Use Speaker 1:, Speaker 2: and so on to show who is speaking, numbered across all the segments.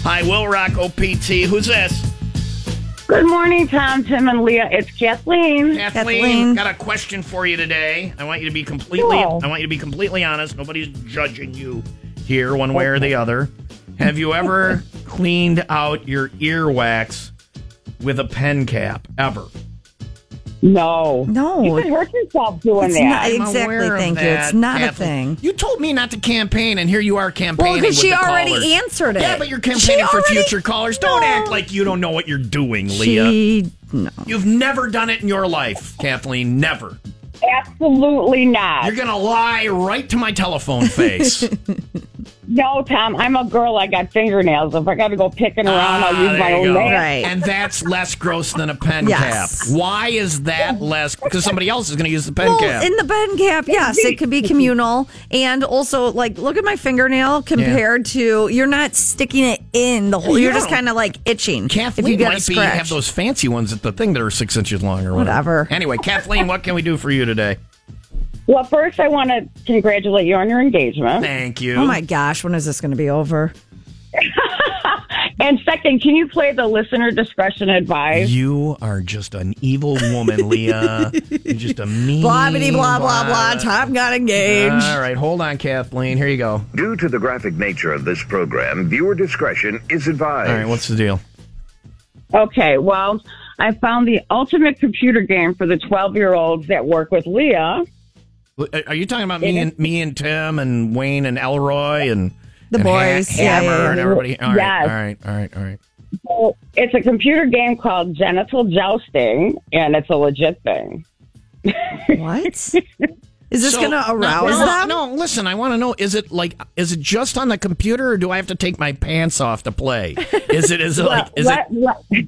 Speaker 1: Hi, Will Rock OPT. Who's this?
Speaker 2: Good morning, Tom, Tim, and Leah. It's Kathleen.
Speaker 1: Kathleen,
Speaker 3: Kathleen.
Speaker 1: got a question for you today. I want you to be completely
Speaker 2: Cool.
Speaker 1: I want you to be completely honest. Nobody's judging you here one way or the other. Have you ever cleaned out your earwax with a pen cap ever?
Speaker 2: No.
Speaker 3: No.
Speaker 2: You could hurt yourself doing
Speaker 3: It's
Speaker 2: that.
Speaker 3: not- Exactly,
Speaker 1: aware of
Speaker 3: thank you.
Speaker 1: that,
Speaker 3: It's not a
Speaker 1: Kathleen.
Speaker 3: thing.
Speaker 1: You told me not to campaign and here you are campaigning.
Speaker 3: Well, 'cause
Speaker 1: with
Speaker 3: she
Speaker 1: the
Speaker 3: already
Speaker 1: callers.
Speaker 3: answered it.
Speaker 1: Yeah, but you're
Speaker 3: She
Speaker 1: campaigning for
Speaker 3: already-
Speaker 1: future callers. Don't
Speaker 3: No.
Speaker 1: act like you don't know what you're doing, Leah.
Speaker 3: She no.
Speaker 1: You've never done it in your life, Kathleen. Never.
Speaker 2: Absolutely not.
Speaker 1: You're gonna lie right to my telephone face.
Speaker 2: Oh, No, Tom, I'm a girl. I got fingernails. If I got to go picking around,
Speaker 1: Ah,
Speaker 2: I'll use my
Speaker 1: there you
Speaker 2: own
Speaker 1: go.
Speaker 2: nails.
Speaker 3: Right.
Speaker 1: And that's less gross than a pen
Speaker 3: Yes.
Speaker 1: cap. Why is that less? Because somebody else is going to use the pen
Speaker 3: Well,
Speaker 1: cap.
Speaker 3: in the pen cap, yes, it could be communal, and also like look at my fingernail compared to you're not sticking it in the hole.
Speaker 1: You
Speaker 3: You're just
Speaker 1: don't-
Speaker 3: kind of like itching.
Speaker 1: Kathleen
Speaker 3: if you get
Speaker 1: might
Speaker 3: a
Speaker 1: be
Speaker 3: scratch.
Speaker 1: have those fancy ones at the thing that are six inches long or whatever.
Speaker 3: Whatever.
Speaker 1: Anyway, Kathleen, what can we do for you today?
Speaker 2: Well, first, I want to congratulate you on your engagement.
Speaker 1: Thank you.
Speaker 3: oh my gosh, when is this going to be over?
Speaker 2: And second, can you play the listener discretion advice?
Speaker 1: You are just an evil woman, Leah. You're just a mean.
Speaker 3: Blah bitty blah blah blah. Tom got engaged.
Speaker 1: Mm, All right, hold on, Kathleen. Here you go.
Speaker 4: Due to the graphic nature of this program, viewer discretion is advised.
Speaker 1: All right, what's the deal?
Speaker 2: Okay, well, I found the ultimate computer game for the 12 year olds that work with Leah.
Speaker 1: Are you talking about me and me and Tim and Wayne and Elroy and
Speaker 3: The
Speaker 1: and
Speaker 3: boys,
Speaker 1: Ha-
Speaker 3: yeah,
Speaker 1: Hammer
Speaker 3: yeah, yeah.
Speaker 1: and everybody? All right,
Speaker 2: Yes.
Speaker 1: all right, all right, all right.
Speaker 2: So it's a computer game called Genital Jousting, and it's a legit thing.
Speaker 3: What is this
Speaker 1: So-
Speaker 3: going to arouse
Speaker 1: no, no,
Speaker 3: them?
Speaker 1: No, listen, I want to know: is it like is it just on the computer, or do I have to take my pants off to play? Is it is it like is it?
Speaker 2: let, let-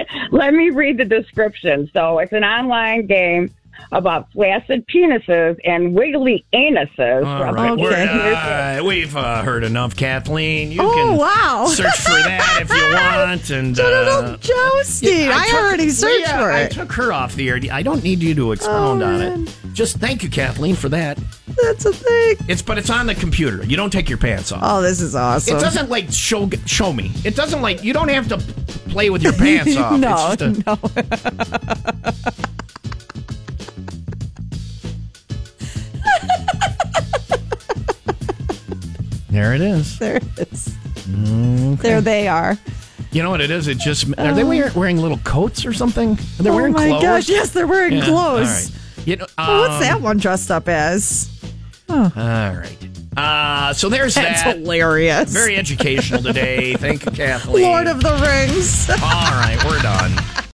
Speaker 2: let me read the description. So it's an online game about flaccid penises and wiggly anuses.
Speaker 1: All right, we're, uh, we've uh, heard enough, Kathleen. You
Speaker 3: Oh,
Speaker 1: can
Speaker 3: wow.
Speaker 1: search for that if you want. And
Speaker 3: Genital
Speaker 1: uh,
Speaker 3: jousting. I,
Speaker 1: took-
Speaker 3: already searched
Speaker 1: Leah,
Speaker 3: for
Speaker 1: I
Speaker 3: it.
Speaker 1: took her off the air. I don't need you to expound
Speaker 3: Oh,
Speaker 1: on
Speaker 3: man.
Speaker 1: it. Just thank you, Kathleen, for that.
Speaker 3: That's a thing.
Speaker 1: It's but it's on the computer. You don't take your pants off.
Speaker 3: Oh, this is awesome.
Speaker 1: It doesn't like show show me. It doesn't like you don't have to play with your pants off.
Speaker 3: No,
Speaker 1: it's just a,
Speaker 3: no.
Speaker 1: There it is.
Speaker 3: There it is. There they are.
Speaker 1: You know what it is? It just are they wearing, wearing little coats or something? Are they
Speaker 3: Uh. oh
Speaker 1: wearing
Speaker 3: my
Speaker 1: clothes?
Speaker 3: gosh, yes, they're wearing
Speaker 1: Yeah,
Speaker 3: clothes.
Speaker 1: All right. You know,
Speaker 3: Oh, what's
Speaker 1: um,
Speaker 3: that one dressed up as?
Speaker 1: All right. Uh, so there's
Speaker 3: That's
Speaker 1: that.
Speaker 3: hilarious.
Speaker 1: Very educational today. Thank you, Kathleen.
Speaker 3: Lord of the Rings.
Speaker 1: All right, we're done.